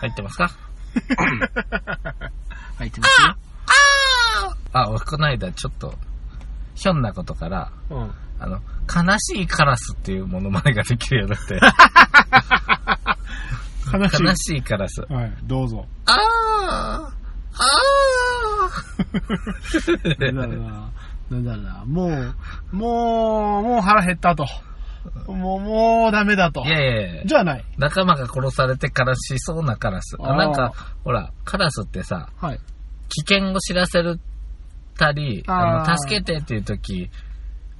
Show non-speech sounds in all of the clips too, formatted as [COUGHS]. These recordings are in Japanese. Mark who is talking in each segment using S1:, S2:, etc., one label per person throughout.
S1: 入ってますか [LAUGHS] 入ってますよ。あ、俺この間ちょっと、ひょんなことから、
S2: うん。
S1: あの、悲しいカラスっていうモノマネができるようになって、
S2: 悲しい。
S1: 悲しいカラス。
S2: はい、どうぞ。
S1: あーあ
S2: なんだろうな。なんだろうな。もう、もう、もう腹減ったと。もう、もうダメだ
S1: [LAUGHS]
S2: と
S1: ーい。やいやいや
S2: じゃあない。
S1: 仲間が殺されて悲しそうなカラス。
S2: あ
S1: あ
S2: ー
S1: なんか、ほら、カラスってさ、
S2: はい。
S1: 危険を知らせるたり、あ
S2: あー
S1: の、助けてっていう時、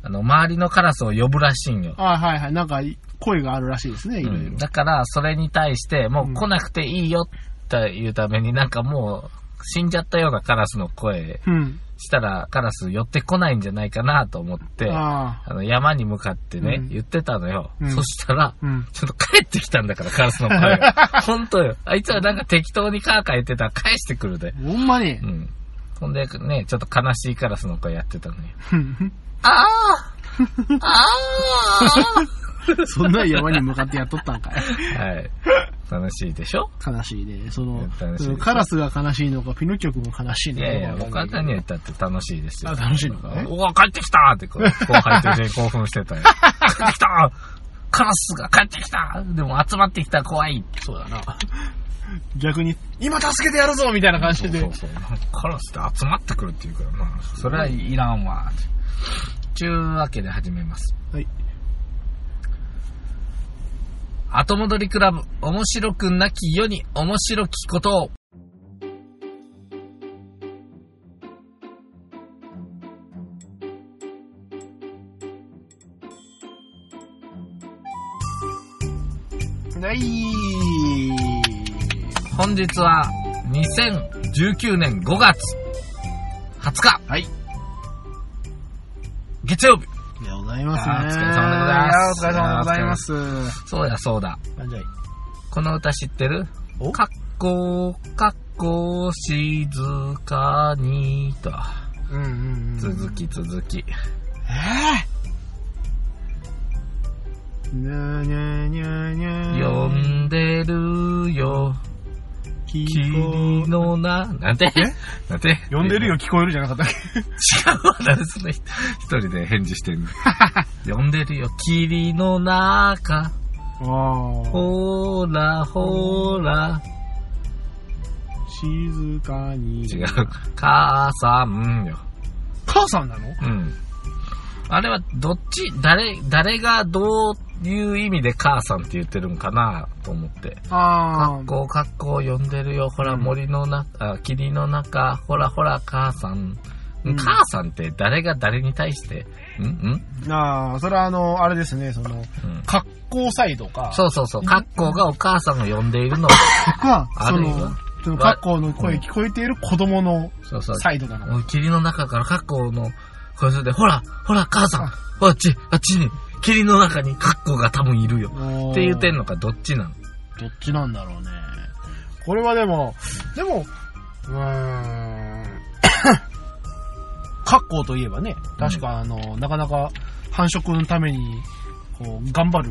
S1: あの、周りのカラスを呼ぶらしいんよ。
S2: あはいはい。なんか、声があるらしいですね、いろい
S1: うん
S2: ろ。
S1: だから、それに対して、もう来なくていいよっていうために、なんかもう、死んじゃったようなカラスの声
S2: うん。
S1: したら、カラス寄ってこないんじゃないかなと思って、あ
S2: あ
S1: の、山に向かってね、
S2: うん
S1: 言ってたのよ。
S2: うん
S1: そしたら、
S2: あ。うん。
S1: ちょっと帰ってきたんだから、カラスの声が。本当よ。あいつはなんか適当にカーカー言ってたら返してくるで。
S2: ほんまに
S1: う。ん。ほんでね、ちょっと悲しいカラスの声やってたのよ。
S2: うん
S1: あ [LAUGHS] ああ
S2: [LAUGHS] そんな山に向かってやっとったんかい。
S1: あはい。楽しいでしょ
S2: 悲しいね。その
S1: 悲しい、
S2: そのカラスが悲しいのか、ピノキオ君が悲しい
S1: い
S2: のか。
S1: やいや、僕は
S2: わかん
S1: 何
S2: ない
S1: やったって楽しいですよ。
S2: あ楽しいのかね
S1: おお、帰ってきたってこう、後輩と一緒に興奮してたよ。帰ってきたカラスが帰ってきたでも集まってきたら怖い。そうだな。
S2: 逆に、今助けてやるぞみたいな感じで。
S1: そうそうそうカラスって集まってくるっていうからな。それはいらんわ。ちゅうわけで始めます。
S2: はい。
S1: 後戻りクラブ、面白くなき世に面白きことを。
S2: はい。
S1: 本日は2019年5月20日、
S2: はい。
S1: 月曜日。
S2: でございますね。
S1: あーお疲れ様でございます
S2: いやーお疲れ様でございます。
S1: そうだそうだ。
S2: なんじゃい
S1: この歌知ってる
S2: お
S1: かっこかっこ静かにと。
S2: うんうんうん。
S1: 続き続き。
S2: えぇ、ー、にゃーにゃーにゃーにゃー。
S1: 呼んでるよ、
S2: 聞
S1: 霧のな、なんてなんて
S2: こ呼んでるよ、聞こえるじゃなかったっけ
S1: 違うわ、なんでその人一人で返事してんの。 [LAUGHS] 呼んでるよ、霧の中。
S2: あー。
S1: ほーらほーら。
S2: 静かに。
S1: 違う。母さんよ。
S2: 母さんなの
S1: うん。あれはどっち、誰、誰がどういう意味で母さんって言ってるんかなと思って。
S2: あ
S1: 学校学校呼んでるよ。ほら
S2: うん
S1: 森の中、あ霧の中、ほらほら母さん。
S2: うん
S1: 母さんって誰が誰に対してんん、
S2: ー。あー、それはあの、あれですね、その、
S1: うん、
S2: 格好サイドか。
S1: そうそうそう。格好がお母さんを呼んでいる
S2: [LAUGHS]
S1: の。
S2: か、
S1: あ
S2: そ
S1: るい
S2: の
S1: は、
S2: その格好の声
S1: うん
S2: 聞こえている子供の
S1: そうそう。
S2: サイドなのか。
S1: もう霧の中からカッコの声するで、ほら、ほら、母さん、ほらあっち、あっちに、霧の中にカッコが多分いるよ。
S2: っ
S1: って言うてんのか、どっちなの
S2: どっちなんだろうね。これはでも、でも、うーん。 [COUGHS] 格好といえばね、確かあの、なかなか繁殖のために、こう、頑張る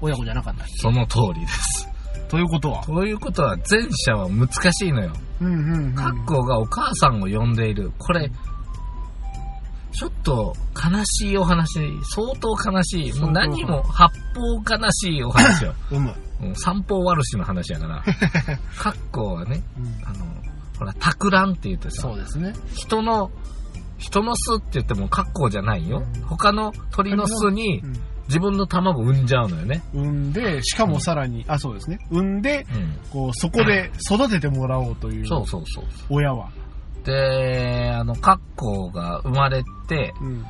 S2: 親子じゃなかった。
S1: その通りです。
S2: ということは。
S1: ということは、前者は難しいのよ。
S2: うんうんうん。
S1: カッコがお母さんを呼んでいる。これ、ちょっと悲しいお話、相当悲しい。もう何も八方悲しいお話よ。
S2: うむ。
S1: もう三方悪しの話や
S2: [LAUGHS]
S1: から。カッコはね、
S2: うん
S1: あの、ほら、たくらんって言ってさ、
S2: そうですね。
S1: 人の、人の巣って言っても格好じゃないよ
S2: うん。
S1: 他の鳥の巣に自分の卵産んじゃうのよね。
S2: 産んで、しかもさらに、あ、そうですね。産んで、
S1: うん。
S2: こう、そこで育ててもらおうという
S1: そうそうそう。
S2: 親は。
S1: で、あの、格好が生まれて、
S2: うん。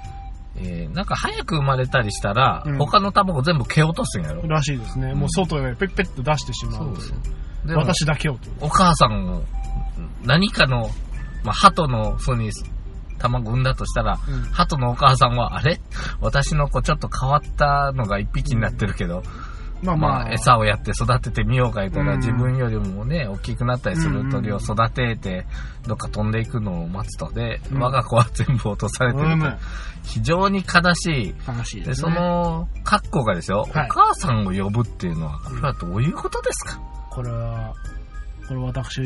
S1: えーなんか早く生まれたりしたら、
S2: うん
S1: 他の卵全部蹴落とすんやろ。
S2: らしいですね。
S1: ん
S2: もう外へペッペッと出してしまうという。
S1: でも、
S2: 私だけをと。
S1: お母さんを、何かの、まあ、鳩の巣に卵産んだとしたら、
S2: うん
S1: 鳩のお母さんは、あれ私の子ちょっと変わったのが一匹になってるけど、
S2: まあまあ、
S1: まあ、餌をやって育ててみようか言ったら、
S2: うん
S1: 自分よりもね、大きくなったりする鳥を育てて、どっか飛んでいくのを待つとで、
S2: うん
S1: 我が子は全部落とされて
S2: う
S1: る
S2: ん
S1: と。非常に悲し
S2: 悲しい
S1: い。
S2: で
S1: で、
S2: す
S1: そ
S2: ね。
S1: の、格好がですよ、
S2: はい
S1: お母さんを呼ぶっていうのは、これはどういうことですか
S2: これは、これ私、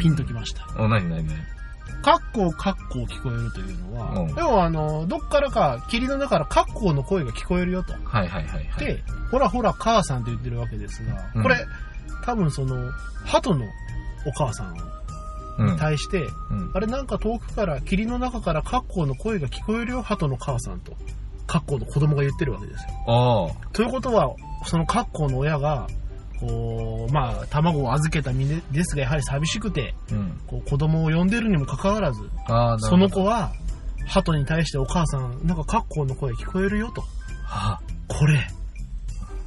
S2: ピンときました。
S1: お、なになになに
S2: カッコーカッコー聞こえるというのは、
S1: うん
S2: 要はあの、どっからか、霧の中からカッコーの声が聞こえるよと。
S1: はいはいはいはい。
S2: で、ほらほら母さんと言ってるわけですが、
S1: うん
S2: これ、多分その、鳩のお母さんに
S1: うん、
S2: 対して、
S1: うん。
S2: あれなんか遠くから、霧の中からカッコーの声が聞こえるよ、鳩の母さんと。カッコーの子供が言ってるわけですよ。
S1: おー
S2: ということは、そのカッコーの親が、こう、まあ、卵を預けた身でですが、やはり寂しくて、
S1: うん。
S2: こう子供を呼んでるにもかかわらず、
S1: ああ、な
S2: そ
S1: る
S2: の
S1: ほど。
S2: 子は、鳩に対してお母さん、なんかカッコーの声聞こえるよと。
S1: あ
S2: これ。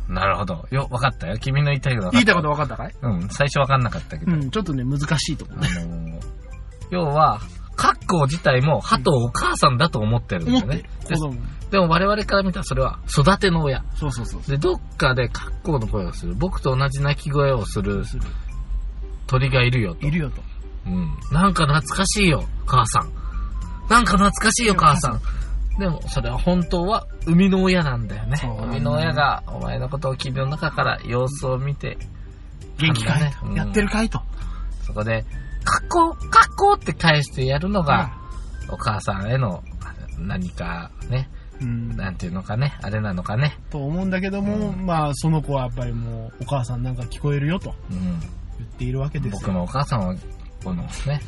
S1: なるほど。よ、わかったよ。君の言いたいこと分か
S2: 言
S1: っ
S2: いたいこと分かったかい
S1: た。うん、最初わかんなかったけど。
S2: うん、ちょっとね、難しいとこ
S1: あのー要は、格好自体も鳩をお母さんだと思ってるんだ
S2: 思
S1: よ
S2: ってる
S1: ね。。
S2: 子供。
S1: でも我々から見たらそれは育ての親。
S2: そうそうそう。
S1: で、どっかで格好の声をする、僕と同じ鳴き声をする
S2: する
S1: 鳥がいるよと。
S2: いるよと。
S1: うん。なんか懐かしいよ、母さん。なんか懐かしいよ、母さん。でも、それは本当は、生みの親なんだよね
S2: そうなん。だよ
S1: 生みの親が、お前のことを霧の中から様子を見て、
S2: 元気かい
S1: うん
S2: と。やってるかいと。
S1: そこで、格好、格好って返してやるのが、お母さんへの何かね、
S2: うん。
S1: なんていうのかね、あれなのかね。
S2: と思うんだけども、
S1: う
S2: まあ、その子はやっぱりもう、お母さんなんか聞こえるよと
S1: うん、
S2: 言っているわけです
S1: 僕
S2: よ。
S1: のお母さんは、この [LAUGHS] ね、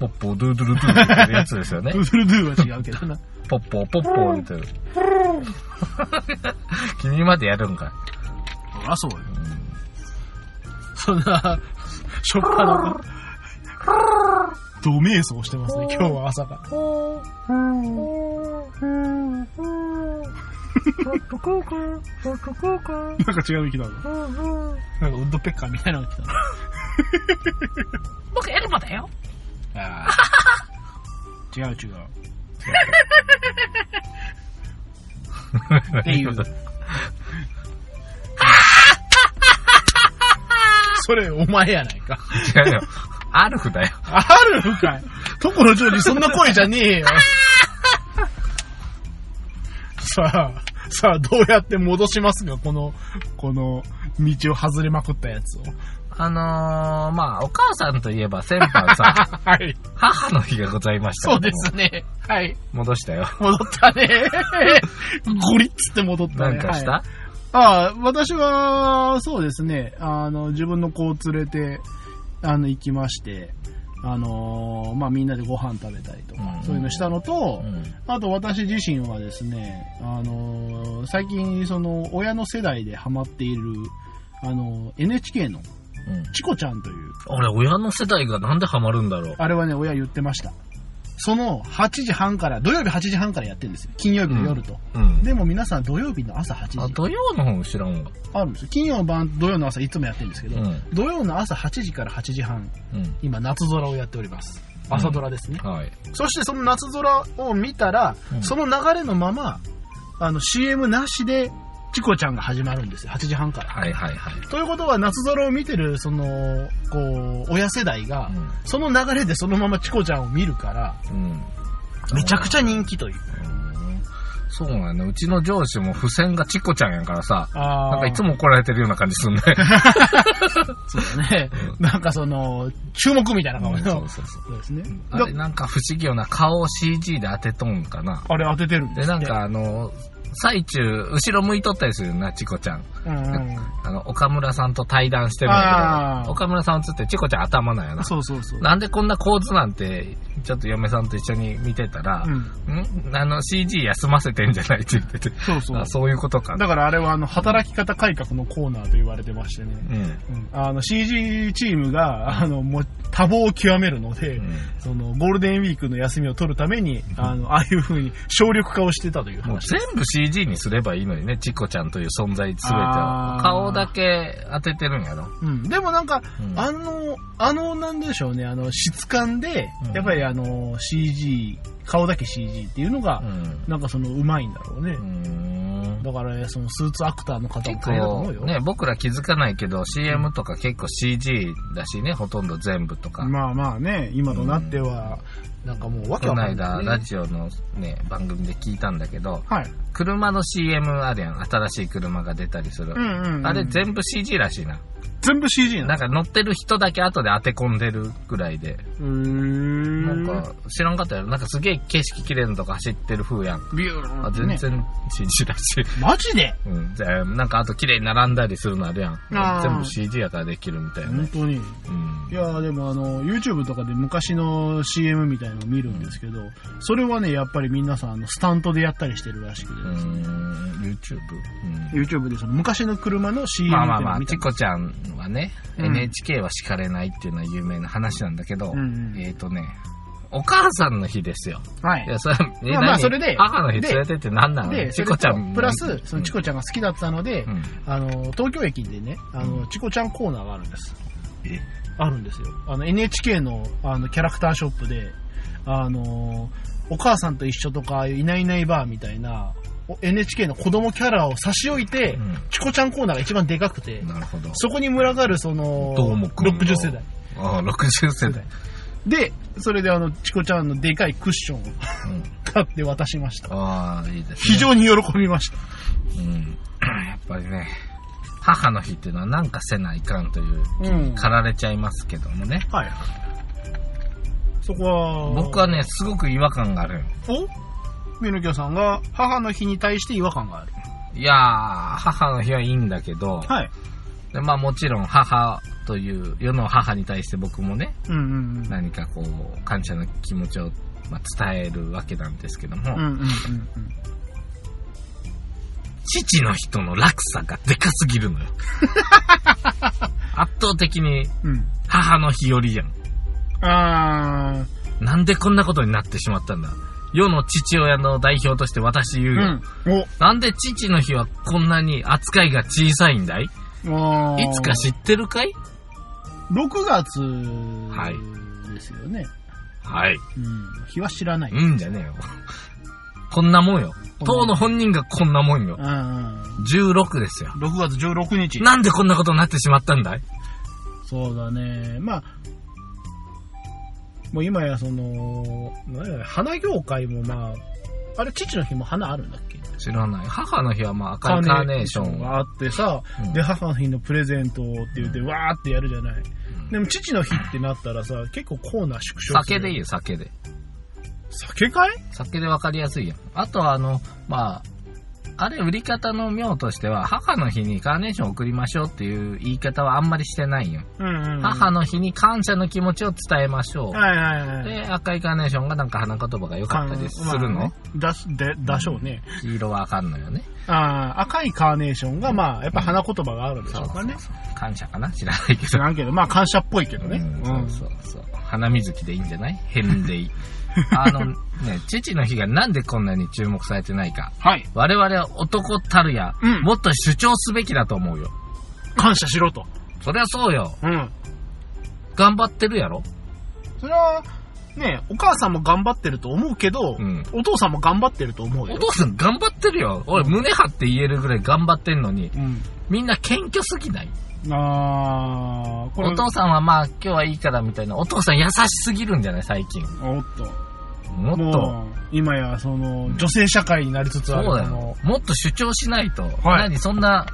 S1: ポッポードゥードゥルドゥーってやつですよね
S2: ド。ゥ [LAUGHS] ドゥドゥは違うけどな。
S1: ポッポーポッポーって言ってる。君までやるんかい。
S2: あ、そうよ。そんな、しょっぱな。ド瞑想してますね、今日は朝から。なんか違う息だぞ。なんかウッドペッカーみたいなのが来た
S1: 僕エルモだよ。
S2: な。違う違う。っていう。それ、お前やないか。
S1: 違うよ。アルフだよ。
S2: あるんかい。ところジョージ、そんな声じゃねえよ。さあ、さあ、どうやって戻しますか、この、この、道を外れまくったやつを。
S1: あのー、まあ、お母さんといえば先般 [LAUGHS] さ、
S2: はい。
S1: 母の日がございましたけど
S2: そう
S1: も
S2: ですね。はい。
S1: 戻したよ。
S2: 戻ったね。 [LAUGHS] ゴリッつって戻った
S1: な
S2: ね。
S1: んかした、
S2: はいああ、私は、そうですね。あの、自分の子を連れて、あの、行きまして、あのーまあ、みんなでご飯食べたりとか、
S1: うん
S2: そういうのしたのと、
S1: うん
S2: あと私自身はですね、あのー最近、その、親の世代でハマっている、あの NHK の
S1: うん
S2: チコちゃんという、
S1: あれ、親の世代がなんでハマるんだろう。
S2: あれはね、親言ってました。その、8時半から、土曜日8時半からやってるんですよ。金曜日の夜と。
S1: うん。
S2: でも皆さん土曜日の朝8時。
S1: あ、土曜の方知らんわ。
S2: あるんですよ。金曜晩、土曜の朝いつもやってるんですけど、
S1: うん
S2: 土曜の朝8時から8時半、
S1: うん。
S2: 今夏空をやっております。朝ドラですね。
S1: はい。
S2: そしてその夏空を見たら、
S1: うん
S2: その流れのまま、あの CM なしで、チコちゃんが始まるんですよ。8時半から。
S1: はいはいはい。
S2: ということは夏空を見てる、その、こう、親世代が、その流れでそのままチコちゃんを見るから、
S1: うん。うん。
S2: めちゃくちゃ人気という。
S1: うんそうなの。うちの上司も付箋がチコちゃんやからさ、
S2: あ
S1: なんかいつも怒られてるような感じすんね。
S2: そうだね。 [LAUGHS] なんかその、注目みたい [LAUGHS] な
S1: そ
S2: 顔
S1: う
S2: の。
S1: そうそう。
S2: そうですね。
S1: あれなんか不思議よな。顔を CG で当てとんかな。
S2: あれ当ててるんで
S1: で、
S2: す
S1: な
S2: っ
S1: ん
S2: て、
S1: かあの、最中、後ろ向いとったりするよな、チコちゃん。
S2: うんうん
S1: あの、岡村さんと対談してるんだけ
S2: あー
S1: ど、岡村さん映ってチコちゃん頭なんやな。
S2: そうそうそ
S1: [LAUGHS]
S2: う。
S1: なんでこんな構図なんて、ちょっと嫁さんと一緒に見てたら、、
S2: うんん。
S1: あの CG 休ませてんじゃないって言ってて。
S2: そうそう
S1: あ。そういうことか。
S2: だからあれはあの、働き方改革のコーナーと言われてましてね。
S1: うん。
S2: うん、あの CG チームが、あの、もう多忙を極めるので、
S1: うん
S2: その、ゴールデンウィークの休みを取るために、あの、ああいう風に省力化をしてたという
S1: もう
S2: 話。
S1: 全部 CG にすればいいのにね、チコちゃんという存在すべて
S2: あ
S1: は
S2: ー
S1: 顔だけ当ててるんやろ。
S2: うん。でもなんか、
S1: うん
S2: あの、あの、なんでしょうね、あの、質感で
S1: うん、
S2: やっぱりあの、CG、顔だけ CG っていうのが、
S1: うん。
S2: なんかその、うまいんだろうね。
S1: うーん
S2: だから、ね、そのスーツアクターの方も
S1: 結
S2: 大変だと思
S1: 構
S2: うよ。
S1: ね、僕ら気づかないけど、CM とか結構 CG だしね、ほとんど全部とか。
S2: まあまあね、今となっては、なんかもうわけ
S1: この
S2: わかんな
S1: 間、
S2: い、
S1: ラジオのね、番組で聞いたんだけど、
S2: はい。
S1: 車の CM あるやん。新しい車が出たりする。
S2: うんうんうん
S1: あれ全部 CG らしいな。
S2: 全部 CG
S1: な
S2: なん
S1: か乗ってる人だけ後で当て込んでるぐらいで。
S2: の
S1: な
S2: な
S1: んか、知らんかったやろ。なんかすげえ景色綺麗なとこ走ってる風やん。
S2: ビュー
S1: あ、
S2: って
S1: 全
S2: ね
S1: 然 CG ら
S2: [LAUGHS]
S1: しい。
S2: マジで
S1: うん。じゃあ、なんかあと綺麗に並んだりするのあるやん
S2: あー。
S1: 全部 CG やからできるみたいな
S2: 本。当に。
S1: うん
S2: い。やーでもあの、YouTube とかで昔の CM みたいのを見るんですけど、それはね、やっぱり皆さん、あの、スタントでやったりしてるらしくて、
S1: うーん、YouTube? うん。
S2: YouTube でその昔の車の CM
S1: まあまあ
S2: っていうの
S1: ま
S2: を
S1: あ、
S2: 見た
S1: チコちゃんはね、
S2: うん
S1: NHK は叱れないっていうのは有名な話なんだけど、
S2: うんうん
S1: えっ、とね、お母さんの日ですよ。
S2: はい
S1: や、それは、え
S2: まあまあ
S1: 何
S2: それで
S1: 母の日連れてって何なの
S2: で、
S1: チ
S2: そ
S1: コ
S2: れ
S1: ちゃ
S2: と
S1: ん。
S2: プラス、そのチコ
S1: ち
S2: ちゃんが好きだったので、
S1: うん。
S2: あの、東京駅でね、あの、チコちゃんコーナーがあるんです。
S1: え
S2: あるんですよ。あの、NHK の、あの、キャラクターショップで、あの、お母さんと一緒とか、いないいないバーみたいな、お NHK の子供キャラを差し置いて、
S1: うん
S2: チコちゃんコーナーが一番でかくて、
S1: なるほど。
S2: そこに群がる、その、
S1: どうもくんの
S2: 60世代。
S1: ああ、60世代。
S2: で、それであの、チコちゃんのでかいクッションを
S1: うん、
S2: 買って渡しました。
S1: ああ、いいです、
S2: 非
S1: ね。
S2: 常に喜びました。
S1: 非常うん。やっぱりね、母の日っていうのはなんかせないかんという、
S2: うん
S1: 駆られちゃいますけどもね。
S2: はい。そこは、
S1: 僕はね、すごく違和感があるよ。
S2: おみのきょさんが母の日に対して違和感がある。
S1: いやー、母の日はいいんだけど、
S2: はい。
S1: でまあもちろん母という、世の母に対して僕もね、
S2: うんうんうん。
S1: 何かこう、感謝の気持ちを、まあ、伝えるわけなんですけども、
S2: うんうんうん
S1: 父の人の落差がでかすぎるの
S2: [LAUGHS]
S1: よ。圧倒的に
S2: うん。うん。
S1: 母の日よりやん。
S2: あ
S1: なんでこんなことになってしまったんだ。世の父親の代表として私言
S2: ー。
S1: うよ。
S2: うん。
S1: なんで父の日はこんなに扱いが小さいんだい
S2: おあー
S1: いつか知ってるかい
S2: 6月
S1: はい
S2: ですよね。
S1: はい。
S2: うん。日は知らない。うん
S1: うんじゃねえよ。こんなもんよ。
S2: こ
S1: 当
S2: んなもん
S1: の本人がこんなもんよ
S2: う。ん。
S1: 16ですよ。
S2: 6月16日。
S1: なんでこんなことになってしまったんだい
S2: そうだね。まあ、もう今やその、なんや花業界もまあ、あれ、父の日も花あるんだっけ
S1: 知らない。母の日はまあ赤いカーネーションは。
S2: があってさ、
S1: うん
S2: で、母の日のプレゼントって言って、わーってやるじゃない。
S1: うん
S2: でも、父の日ってなったらさ、結構コーナー縮小する
S1: 酒でいいよ、酒で。
S2: 酒かい
S1: 酒でわかりやすいやん。あとはあの、まあ、あれ売り方の妙としては、母の日にカーネーション送りましょうっていう言い方はあんまりしてないよ。
S2: うんうんうん。
S1: 母の日に感謝の気持ちを伝えましょう。
S2: はいはいはい。
S1: で、赤いカーネーションがなんか花言葉が良かったりする
S2: まあ
S1: の
S2: ねだし、で、だしょうね。
S1: 黄色はあかんのよね。
S2: ああ、赤いカーネーションが、まあ、やっぱ花言葉があるんでしょうかね。
S1: 感謝かな知らないけ
S2: 知
S1: ど。
S2: らんけど、まあ、感謝っぽいけどね。
S1: うん、そうそうそう。花水木でいいんじゃない返
S2: [LAUGHS]
S1: 礼。あのね、父の日がなんでこんなに注目されてないか。
S2: はい。
S1: 我々は男たるや、
S2: うん
S1: もっと主張すべきだと思うよ。
S2: 感謝しろと。
S1: そりゃそうよ。
S2: うん。
S1: 頑張ってるやろ
S2: それは、ね、お母さんも頑張ってると思うけど、
S1: うん
S2: お父さんも頑張ってると思うよ
S1: お。父さん頑張ってるよ。俺胸張って言えるぐらい頑張ってんのに、
S2: うん。
S1: みんな謙虚すぎない
S2: あー、これ、
S1: お父さんはまあ今日はいいからみたいな。お父さん優しすぎるんじゃない最近。
S2: おっと。
S1: もっと。
S2: もう、今や、その、女性社会になりつつ
S1: そ
S2: ある。
S1: うだ
S2: こ
S1: よ
S2: の。
S1: もっと主張しないと。
S2: はい
S1: 何そんな、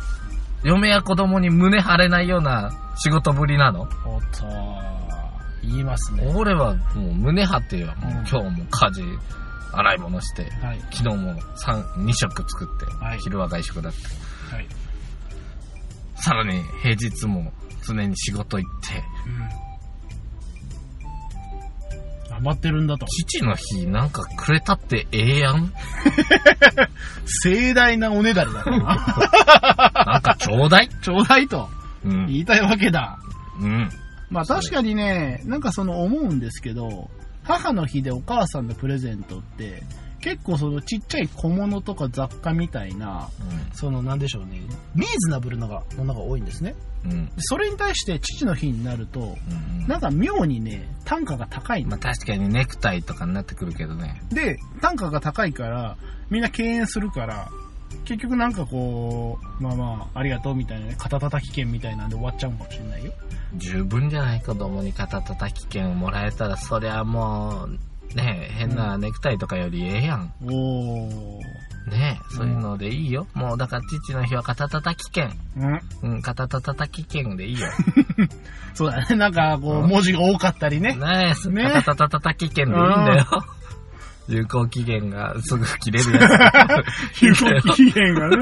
S1: 嫁や子供に胸張れないような仕事ぶりなの
S2: おっと、言いますね。
S1: 俺はもう胸張ってよ。もう
S2: うん
S1: 今日も家事、洗い物して、
S2: はい。
S1: 昨日も三2食作って、
S2: はい
S1: 昼は外食だって。
S2: はい。
S1: さらに平日も常に仕事行って、
S2: 頑張ってるんだと。
S1: 父の日なんかくれたってええやん
S2: 盛大なおねだりだな。
S1: なんかちょうだい
S2: [LAUGHS] ちょうだいと
S1: うん。
S2: 言いたいわけだ。
S1: うん。
S2: まあ確かにね、なんかその思うんですけど、母の日でお母さんのプレゼントって、結構そのちっちゃい小物とか雑貨みたいな、そのなんでしょうね、リーズナブルながものが多いんですね。
S1: うん。うん。
S2: でそれに対して父の日になると、
S1: うん。
S2: なんか妙にね、単価が高いん
S1: まあ確かにネクタイとかになってくるけどね。
S2: で、単価が高いから、みんな敬遠するから、結局なんかこう、まあまあ、ありがとうみたいなね、肩叩き券みたいなんで終わっちゃうかもしれないよ。
S1: 十分じゃない子供に肩叩き券をもらえたら、そりゃもう、ねえ、変なネクタイとかよりええやん。
S2: おー。
S1: ねえ、そういうのでいいよ。もうだから父の日は肩叩き券。
S2: うん。
S1: うん、肩叩き券でいいよ。
S2: そうだね。なんかこう、
S1: うん
S2: 文字が多かったりね。
S1: ねえ、
S2: ねえ
S1: 肩叩き券でいいんだよ。有効期限がすぐ切れるや
S2: 有効期限 [LAUGHS] がね。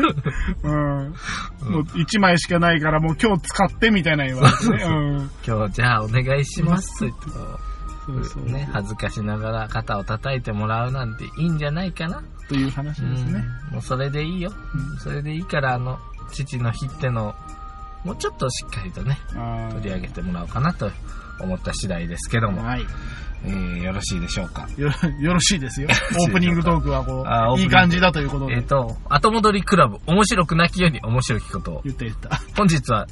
S2: うん。もう1枚しかないからもう今日使ってみたいな言われてね。うん。 [LAUGHS]
S1: つ。今日じゃあお願いしますと。
S2: そうそう。
S1: ね、恥ずかしながら肩を叩いてもらうなんていいんじゃないかな。
S2: という話ですね。
S1: うん、もうそれでいいよ。
S2: うん
S1: それでいいから、あの、父の日ってのをもうちょっとしっかりとね、
S2: あー
S1: 取り上げてもらおうかなと思った次第ですけども、
S2: はい。
S1: えー、よろしいでしょうか。
S2: よ、 [LAUGHS] よろし
S1: [LAUGHS]
S2: いですよ。オープニングトークはこ
S1: あーオープ
S2: う、
S1: ニ
S2: い
S1: ン
S2: い
S1: グ
S2: 感じだということ
S1: えっ、
S2: で。
S1: と、後戻りクラブ、面白くなきように面白きことを。
S2: 言って言った。 [LAUGHS]
S1: 本日は、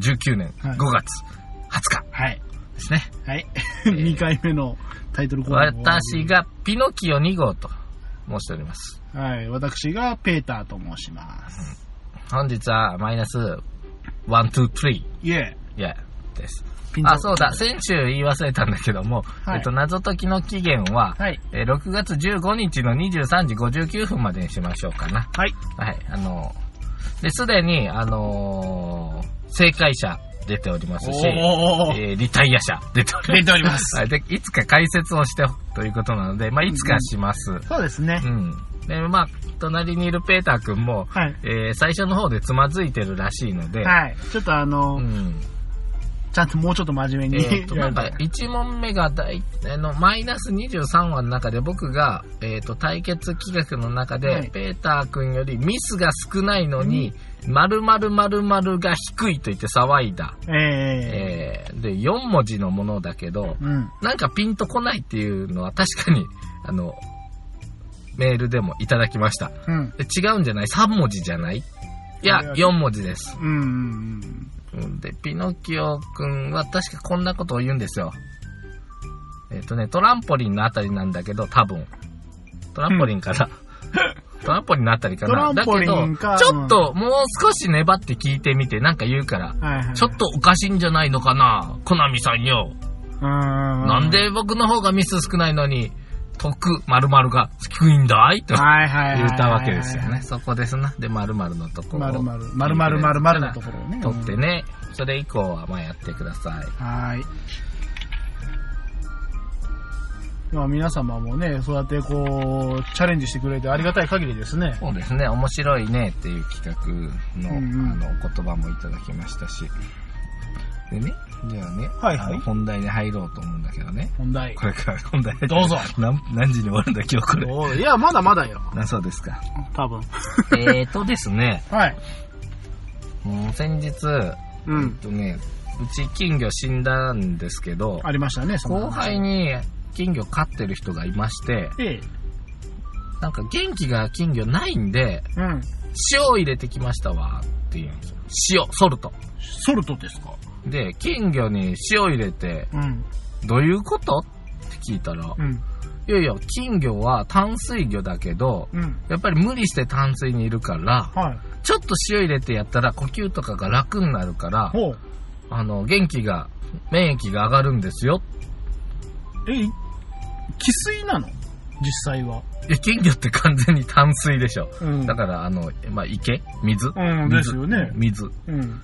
S1: 2019年
S2: はい
S1: 5月20日
S2: はい。
S1: ですね。
S2: はい。 [LAUGHS]
S1: ー
S2: 2回目のタイトルコーナーを。
S1: 私がピノキオ2号と申しております。
S2: はい。私がペーターと申します。
S1: 本日はマイナス123
S2: いえ。
S1: いやです。
S2: ピン
S1: あ、そうだ、先週言い忘れたんだけども、
S2: はい
S1: えっと、謎解きの期限は、
S2: はい。
S1: えー6月15日の23時59分までにしましょうかな。
S2: はい。
S1: はい、あのーで、すでに、あのー正解者出ておりますし、
S2: お [LAUGHS] ー。
S1: えーリタイア者出ております。
S2: 出ております
S1: はい、で、いつか解説をしてということなので、まあ、いつかします。
S2: そうですね
S1: う。ん。で、まあ、隣にいるペーター君も、
S2: はい。
S1: えー最初の方でつまずいてるらしいので、
S2: はい。ちょっとあの
S1: う、ん。
S2: ちゃんともうちょっと真面目
S1: え
S2: に。
S1: ーと、なんか、1問目が大、あの、マイナス23話の中で僕が、えっ、と、対決企画の中で、
S2: はい
S1: ペーター君よりミスが少ないのに、〇〇〇〇が低いと言って騒いだ。
S2: ええ
S1: えーで、4文字のものだけど、
S2: うん。
S1: なんかピンとこないっていうのは確かに、 [LAUGHS] あの、メールでもいただきました。
S2: うん。
S1: え違うんじゃない ?3 文字じゃないいや
S2: あり、がと
S1: 4文字です。
S2: うんうんうん。
S1: うんで、ピノキオくんは確かこんなことを言うんですよ。えっ、とね、トランポリンのあたりなんだけど、多分。トランポリン
S2: [LAUGHS]
S1: から。トランポリンのあたりかな。
S2: トランポリンか
S1: だけど、ちょっともう少し粘って聞いてみて、なんか言うから。
S2: はいはい。
S1: ちょっとおかしいんじゃないのかなコナミさんよ。
S2: うん。な
S1: なんで僕の方がミス少ないのに、得、〇〇が低いんだいと。
S2: はいはいはいはい。
S1: 言ったわけですよね。。そこですな。で、〇〇のところを
S2: まるまる。まるまるまるまるのところをね。
S1: 取ってね。それ以降は、まあやってください。
S2: うん。はーい。まあ皆様もね、そうやってこう、チャレンジしてくれてありがたい限りですね。
S1: そうですね。面白いねっていう企画の、
S2: うんうん
S1: あの、お言葉もいただきましたし。でね、じゃあね、
S2: はいはい
S1: あの本題に入ろうと思うんだけどね。
S2: 本題。
S1: これから本題入って
S2: どうぞ。
S1: [LAUGHS] 何何時に終わるんだ今日これ。
S2: おういや、まだまだよ。
S1: なそうです
S2: [LAUGHS]
S1: か。
S2: 多分。
S1: えーとですね、
S2: はい。
S1: うん先日、
S2: う
S1: えっ
S2: ん。
S1: とね、うち金魚死んだんですけど、
S2: ありましたね、その
S1: 後輩に金魚飼ってる人がいまして、
S2: ええ。
S1: なんか元気が金魚ないんで、
S2: うん。
S1: 塩を入れてきましたわって言うんですよ。塩、ソルト。
S2: ソルトですか
S1: で、金魚に塩入れて、
S2: うん。
S1: どういうことって聞いたら、
S2: うん。
S1: いやいや、金魚は淡水魚だけど、
S2: うん。
S1: やっぱり無理して淡水にいるから、
S2: はい。
S1: ちょっと塩入れてやったら呼吸とかが楽になるから、
S2: ほう。
S1: あの、元気が、免疫が上がるんですよ。
S2: え、い汽水なの実際は。
S1: いや金魚って完全に淡水でしょ。
S2: うん
S1: だから、あの、まあ、池水
S2: うん、
S1: 水
S2: ですよね。
S1: 水。
S2: うん。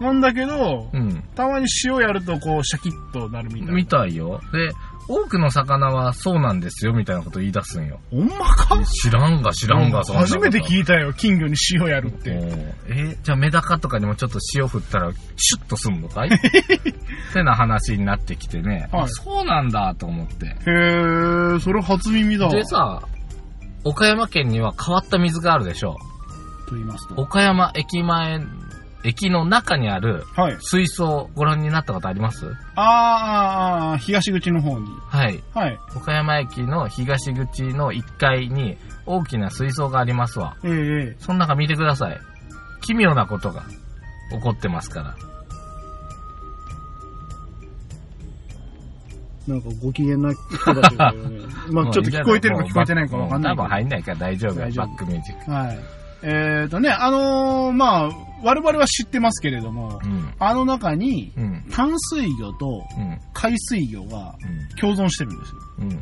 S2: なんだけど、
S1: うん。
S2: たまに塩やるとこう、シャキッとなるみたいな。
S1: みたいよ。で、多くの魚はそうなんですよ、みたいなこと言い出すんよ。
S2: ほんまか
S1: 知らんが知らんが、そんなこと
S2: 初めて聞いたよ、金魚に塩やるって。
S1: おーえじゃあメダカとかにもちょっと塩振ったら、シュッとすんの
S2: [LAUGHS]
S1: かいってな話になってきてね、
S2: はい
S1: あそうなんだと思って。
S2: へえ、それ初耳だ。
S1: でさ、岡山県には変わった水があるでしょ
S2: と言いますと。
S1: 岡山駅前、駅の中にある
S2: はい。
S1: 水槽ご覧になったことあります
S2: あーあーあー、東口の方に。
S1: はい。
S2: はい。
S1: 岡山駅の東口の1階に大きな水槽がありますわ。
S2: えええ
S1: その中見てください。奇妙なことが起こってますから。
S2: なんかご機嫌な人だったけどね。
S1: [LAUGHS]
S2: まあちょっと聞こえてるか聞こえてないかわかんない
S1: もう多分
S2: け
S1: 入んないから大丈夫よ
S2: 大、丈夫
S1: バックミュージック。
S2: ど。はい。えっ、とね、あのーまあ我々は知ってますけれども、
S1: うん。
S2: あの中に
S1: うん。
S2: 淡水魚と
S1: うん。
S2: 海水魚が共存してるんですよ。
S1: うん。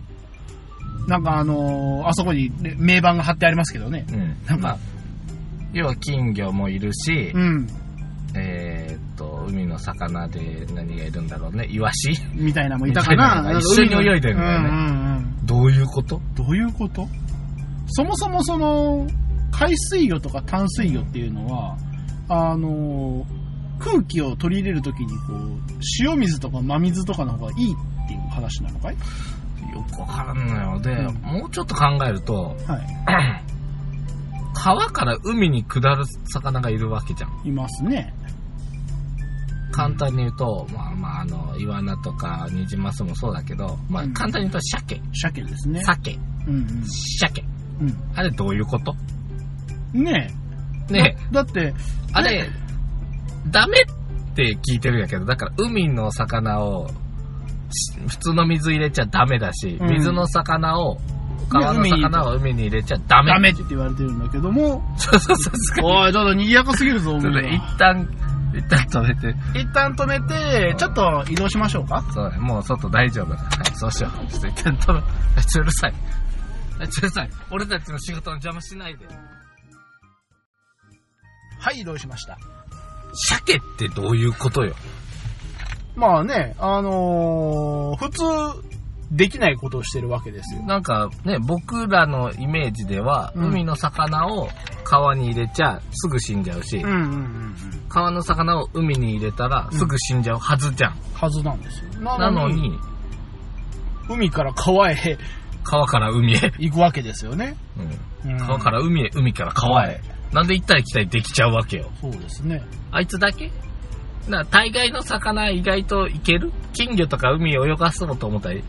S1: うん。
S2: なんかあのーあそこにね名板が貼ってありますけどね。
S1: うん。
S2: なん
S1: ま
S2: か
S1: あ、要は金魚もいるし、
S2: うん。
S1: えーっと、海の魚で何がいるんだろうね。イワシ [LAUGHS]
S2: みたいなのもいたか
S1: みた
S2: な。
S1: いなのが一緒に泳いでるんだよね
S2: うんうんうん
S1: どういうこと
S2: どういうことそもそもその、海水魚とか淡水魚っていうのは、あの、空気を取り入れるときにこう、塩水とか真水とかの方がいいっていう話なのかい
S1: よくわからんのよ。で、
S2: うん
S1: もうちょっと考えると、
S2: はい。
S1: [CLEARS THROAT] 川から海に下る魚がいるわけじゃん。
S2: いますね。
S1: 簡単に言うと、まあまあ、あの、イワナとかニジマスもそうだけど、まあ
S2: うん
S1: 簡単に言うと鮭、
S2: 鮭ですね。
S1: 鮭、
S2: うん
S1: 鮭。
S2: うん。
S1: あれどういうこと
S2: うん。ねえ。
S1: ねえ、
S2: だだって、
S1: あれ、ダメって聞いてるんやけど、だから海の魚を、し普通の水入れちゃダメだし、
S2: うん
S1: 水の魚を、川の
S2: ね海に
S1: 魚を海に入れちゃダメ。
S2: ダメって言われてるんだけども、
S1: そうそうそうそう。
S2: おい、ちょっと賑やかすぎるぞ、お
S1: ちょっと
S2: 前
S1: 一
S2: は。
S1: 旦、一旦止めて。
S2: 一旦止めて、ちょっと移動しましょうか。
S1: そうだね、もう外大丈夫だ。はい、そうしよう。ちょっと一旦止め、あいつうるさい。あいつうるさい。俺たちの仕事の邪魔しないで。
S2: はい、移動しました。
S1: 鮭ってどういうことよ。
S2: まあね、あのー普通、できないことをしてるわけですよ。
S1: なんかね、僕らのイメージでは、
S2: うん
S1: 海の魚を川に入れちゃすぐ死んじゃうし、
S2: うんうんうん。
S1: 川の魚を海に入れたらすぐ死んじゃうはずじゃん。
S2: はずなんですよ。な
S1: なのに、
S2: 海から川へ
S1: 川から海へ、
S2: 行くわけですよね。
S1: うん
S2: うん
S1: 川から海へ、海から川へ。なんで行ったり来たりできちゃうわけよ。
S2: そうですね。
S1: あいつだけな、大概の魚意外といける金魚とか海泳がそうと思ったらい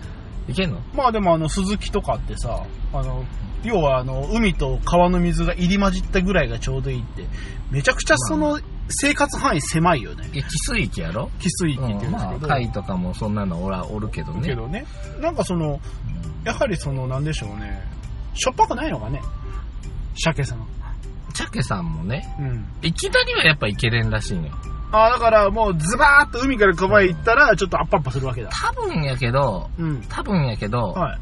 S1: けんの
S2: まあでもあの、鈴木とかってさ、あの、要はあの、海と川の水が入り混じったぐらいがちょうどいいって、めちゃくちゃその、生活範囲狭いよね。
S1: え、寄水域やろ
S2: 汽水域って言うんです
S1: う
S2: け
S1: ん
S2: ど。
S1: まあ、貝とかもそんなの俺はおるけどね。
S2: けどね。なんかその、やはりその、なんでしょうね。しょっぱくないのかね。鮭さん。
S1: 鮭さんもね、
S2: うん。
S1: いきなりはやっぱいけれんらしいのよ。
S2: ああ、だからもうズバーッと海から川へ行ったら、ちょっとアッパアッパするわけだ。
S1: 多分やけど、
S2: うん。
S1: 多分やけど、
S2: はい。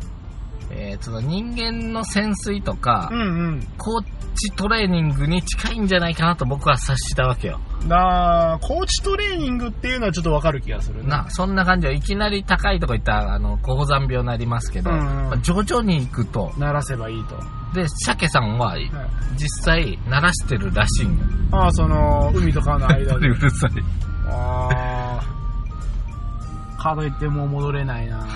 S1: えーその人間の潜水とか
S2: う、ん
S1: コーチトレーニングに近いんじゃないかなと僕は察したわけよ。
S2: うん。なあ、コーチトレーニングっていうのはちょっとわかる気がするね
S1: な、そんな感じよ。いきなり高いとこ行ったら、あの、高山病になりますけど、
S2: うんうん
S1: まあ徐々に行くと、
S2: 鳴らせばいいと。はい、
S1: で、鮭さんは実際鳴らしてるらしいんよ。
S2: ああ、その、海と川の間で。
S1: るさい。
S2: ああ。かといってもう戻れないな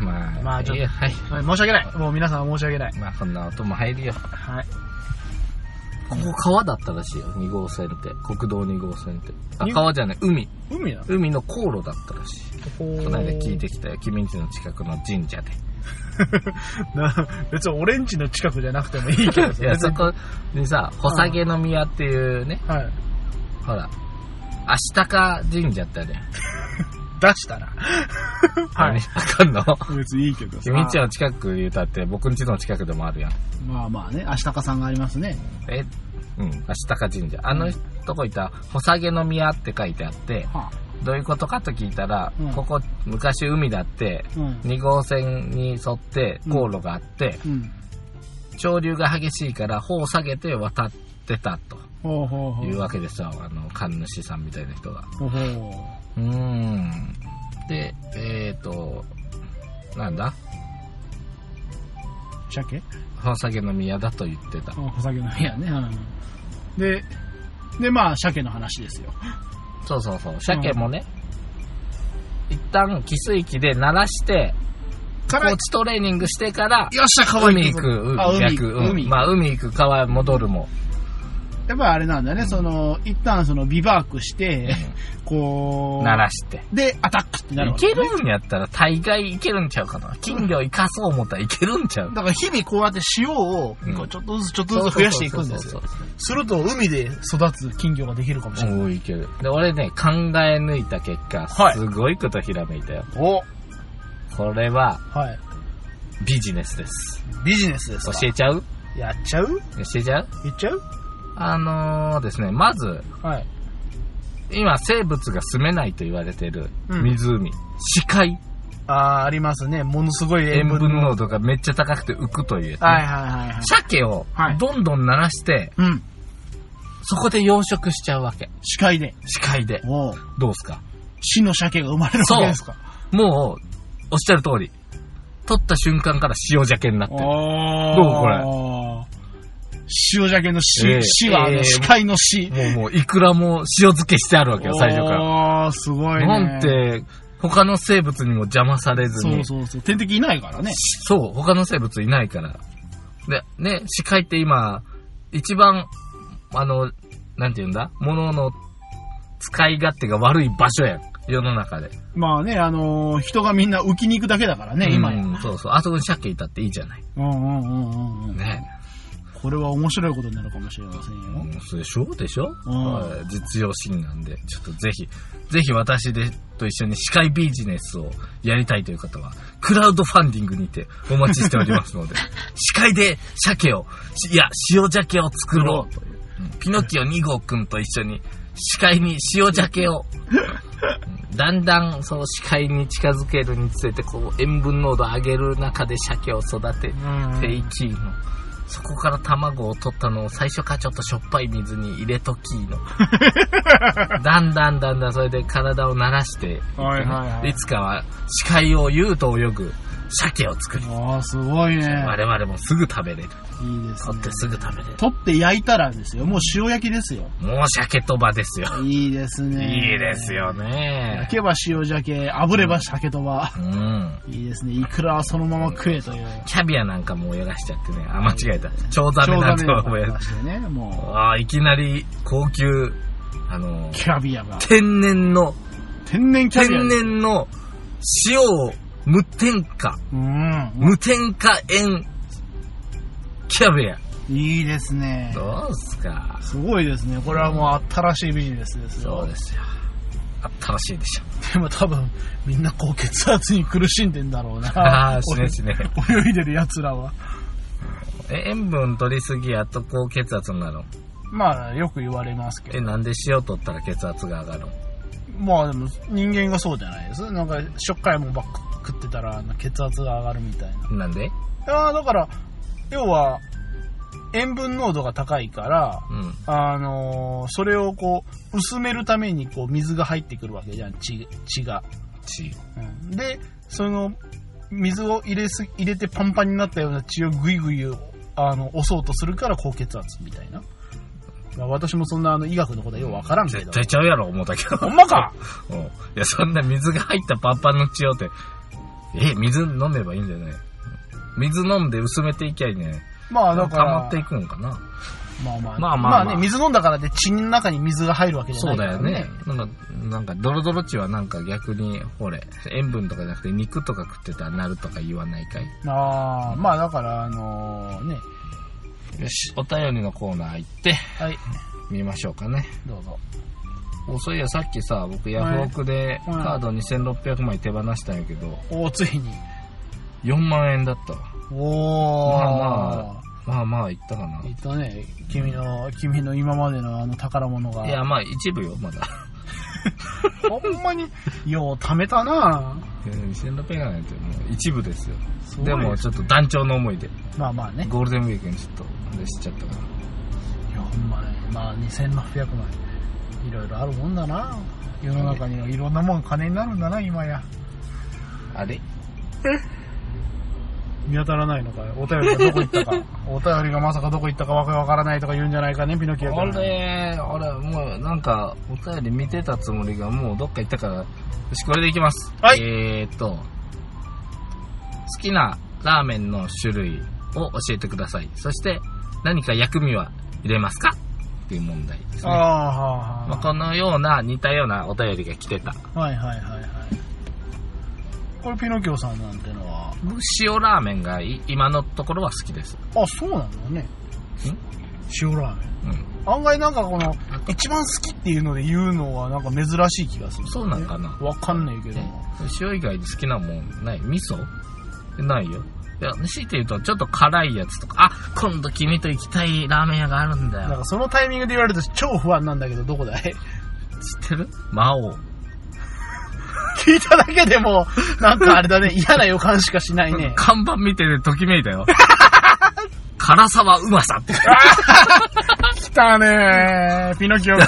S1: まあ、
S2: まあちょっと
S1: いいやはい。
S2: はい申し訳ない。もう皆さん申し訳ない。
S1: まあ、そんな音も入るよ。
S2: はい。
S1: ここ川だったらしいよ、2号線って。国道2号線って。あ、
S2: に
S1: 川じゃない、海。
S2: 海なの
S1: 海の航路だったらしい。
S2: こ
S1: この間聞いてきたよ、君んちの近くの神社で。
S2: な別にオレンジの近くじゃなくてもいいけど
S1: いや、
S2: 別
S1: そ
S2: に
S1: こにさ、ほさげの宮っていうね、
S2: はい。
S1: ほら、アシタカ神社ってあるやん。
S2: 出した
S1: [LAUGHS]
S2: ら。はい。
S1: あかんの
S2: 別にいいけど
S1: 君んちの近く言うたって、僕んちの近くでもあるやん。
S2: まあまあね、明日かさんがありますね。
S1: え、うん、アシタカ神社。あのとこいた、ほさげの宮って書いてあって、
S2: は
S1: どういうことかと聞いたら、
S2: うん
S1: ここ昔海だって、
S2: うん。
S1: 2号線に沿って航路があって、
S2: うん。
S1: 潮流が激しいから、帆を下げて渡ってたと
S2: ほうほうほ
S1: いうわけですよ、あの、神主さんみたいな人が。
S2: ほうほう。
S1: うーん。で、えっ、ー、と、なんだ
S2: 鮭
S1: 本酒の宮だと言ってた。
S2: お酒の部屋ね。うん。で、で、まあ、鮭の話ですよ。
S1: そうそうそう。鮭もね、一旦寄水域で鳴らして、コ
S2: から、
S1: ー
S2: よ
S1: チトレーニングしてから、
S2: っしゃ、川
S1: 海
S2: に
S1: 行く、う
S2: あ、海行
S1: 逆、
S2: く。
S1: うん
S2: 海。
S1: まあ海行く、川へ戻るも。
S2: やっぱりあれなんだね、その、一旦その、ビバークして、こう、
S1: 鳴らして。
S2: で、アタックってなる
S1: い
S2: わけ
S1: けるんやったら大概いけるんちゃうかな。金魚生かそう思ったらいけるんちゃう
S2: だから日々こうやって塩を
S1: うん、
S2: こうちょっとずつちょっとずつ増やしていくんですよ。。すると、海で育つ金魚ができるかもしれない。
S1: もういける。で、俺ね、考え抜いた結果、
S2: はい
S1: すごいことひらめいたよ。
S2: お
S1: これは
S2: はい。
S1: ビジネスです。
S2: ビジネスですか
S1: 教えちゃう
S2: やっちゃう
S1: 教えちゃう
S2: 言っちゃう
S1: あのーですね、まず、
S2: はい。
S1: 今生物が住めないと言われている
S2: うん
S1: 湖、視界、
S2: あー、ありますね。ものすごい
S1: 塩
S2: 塩分
S1: 分
S2: の。
S1: 濃度がめっちゃ高くて浮くというやつね、
S2: はいはいはいはい。
S1: 鮭を
S2: はい
S1: どんどん鳴らして、
S2: うん。
S1: そこで養殖しちゃうわけ。
S2: 視界で。
S1: 視界で。
S2: おう
S1: どうすか
S2: 死の鮭が生まれるわけですか。
S1: もう、おっしゃる通り。取った瞬間から塩鮭になってる。
S2: お
S1: どうこれ
S2: 塩鮭の死、
S1: ええ
S2: 死はあの、
S1: ええ
S2: 視界の死。
S1: もうもう、いくらも塩漬けしてあるわけよ、最初から。
S2: ら。あー、すごいね。
S1: なんて、他の生物にも邪魔されず
S2: そ
S1: に
S2: う、そうそう。天敵いないからね。
S1: そう、他の生物いないから。で、ね、視界って今、一番、あの、なんて言うんだ物の使い勝手が悪い場所やん。世の中で。
S2: まあね、あのー人がみんな浮きに行くだけだからね、今や。
S1: うん、そうそう。あそこに鮭いたっていいじゃない。
S2: うんうんうんうんうん。
S1: ね。
S2: これは面白いことになるかもしれません
S1: う
S2: よ。
S1: ん、そうでしょでしょ、
S2: うん
S1: はい実用シーンなんで、ちょっとぜひ、ぜひ私でと一緒に視界ビジネスをやりたいという方は、クラウドファンディングにてお待ちしておりますので、視界で鮭を、しいや、塩鮭を作ろうという、うんピノキオ2号くんと一緒に、視界に塩鮭を、うんだんだんその視界に近づけるにつれて、こう塩分濃度を上げる中で鮭を育て、
S2: うん
S1: ペイキーの。そこから卵を取ったのを最初からちょっとしょっぱい水に入れときーの。だんだんだんだんそれで体を慣らしていってね、
S2: はいはいはい
S1: いつかは視界を言うと泳ぐ鮭を作り、
S2: ああ、すごいね。
S1: 我々もすぐ食べれる。
S2: いいです
S1: 取
S2: ね
S1: って。すぐ食べれる。
S2: 取って焼いたらですよ。もう塩焼きですよ。
S1: もう鮭とばですよ。
S2: いいですね。
S1: いいですよ。ね
S2: 焼。けば塩鮭、炙れば鮭とば。
S1: うん。
S2: いいですね。いくらはそのまま食えという。
S1: キャビアなんかも泳がしちゃってね。あ、間違えた。チョウザメ
S2: う
S1: なんて
S2: の
S1: 思い出し
S2: 話でね、
S1: た
S2: も
S1: ああ、いきなり高級、あの
S2: う、、キャビアが。
S1: 天然の
S2: 天然キャビア
S1: 天。然の塩を無添加、
S2: うん。
S1: 無添加塩キャビア。
S2: いいですね。
S1: どうすか
S2: すごいですね。これはもう新しいビジネスです
S1: そう
S2: よ。
S1: ですよ。楽しいでしょ。
S2: でも多分、みんな高血圧に苦しんでんだろ [LAUGHS] うな。
S1: ああ、死ね死ね。
S2: 泳いでる奴らは。
S1: え、塩分取りすぎやと高血圧になるの
S2: まあ、よく言われますけ
S1: え、
S2: ど。
S1: なんで塩取ったら血圧が上がるの
S2: まあでも、人間がそうじゃないです。なんか、しょっかいもんばっか食ってたら、あの血圧が上がるみたいな。
S1: なんで
S2: ああ、だから、要は、塩分濃度が高いから、
S1: うん。
S2: あのーそれをこう、薄めるために、こう、水が入ってくるわけじゃん、血、血が。
S1: 血。
S2: うんで、その、水を入れす、入れてパンパンになったような血をぐいぐい、あの、押そうとするから高血圧みたいな。まあ、私もそんな、あの、医学のことはようわからんけど
S1: 絶。対ちゃうやろ、思ったけど。
S2: ほんまか
S1: [LAUGHS] うんいや、そんな水が入ったパンパンの血をって、え、水飲めばいいんじゃない水飲んで薄めていきゃいいね。
S2: まあ、だ
S1: 溜
S2: から。
S1: まっていくんかな。
S2: まあま
S1: まあ
S2: あ、ま
S1: まあ
S2: あ
S1: ま
S2: ま
S1: あ
S2: あね、水飲んだからで血の中に水が入るわけじゃ
S1: そ
S2: な
S1: う
S2: いか
S1: だ
S2: ら
S1: よね。なんか、なんか、ドロドロ血はなんか逆に、ほれ、塩分とかじゃなくて肉とか食ってたらなるとか言わないかい
S2: ああ、まあだから、あのーね、
S1: よし、お便りのコーナー行って、
S2: はい、
S1: 見ましょうかね。
S2: どうぞ。
S1: おそういや、さっきさ、僕ヤフオクで
S2: うん
S1: カード2600枚手放したんやけど、
S2: おーついに。
S1: 4万円だったわ。
S2: おー。
S1: まあままあまあ、いったかな。
S2: えっとね、君の、君の今までのあの宝物が。
S1: いや、まあ、一部よ、ま [LAUGHS] だ。
S2: ほんまに、よう貯めたな
S1: 2600円なんて、もう一部ですよ。
S2: す
S1: でも、ちょっと団長の思いで、
S2: まあまあね。
S1: ゴールデンウィークにちょっと、あれしちゃったから。
S2: いや、ほんまね、まあ2600枚。いろいろあるもんだな世の中にはいろんなもん金になるんだな、今や。
S1: あれ
S2: 見当たらないのかよ。お便りがどこ行ったか。 [LAUGHS] お便りがまさかどこ行ったかわけわからないとか言うんじゃないかね、ピノキオ
S1: あ
S2: 君。
S1: れ、あれ、もうなんか、お便り見てたつもりが、もうどっか行ったから、よし、これでいきます。
S2: はい
S1: えーっと、好きなラーメンの種類を教えてください。そして、何か薬味は入れますかっていう問題です
S2: あ
S1: ね。
S2: あ、
S1: まあ、このような、似たようなお便りが来てた。
S2: はいはいはいはい。これピノキオさんなんてのは、
S1: 僕、塩ラーメンがい今のところは好きです。
S2: あ、そうなんだね。塩ラーメン。
S1: うん。
S2: 案外なんかこの、一番好きっていうので言うのはなんか珍しい気がする、
S1: そうなんかな
S2: わかんないけど
S1: ね
S2: も。
S1: 塩以外で好きなもんない味噌ないよ。いや、強いて言うと、ちょっと辛いやつとか、あ、今度君と行きたいラーメン屋があるんだ
S2: なん
S1: よ。
S2: かそのタイミングで言われると超不安なんだけど、どこだい [LAUGHS]
S1: 知ってる魔王。
S2: 聞いただけでも、なんかあれだね、嫌な予感しかしないね。
S1: 看板見ててときめい
S2: [LAUGHS]
S1: たよ。辛さはうまさって。
S2: 来たねピノキオく [LAUGHS]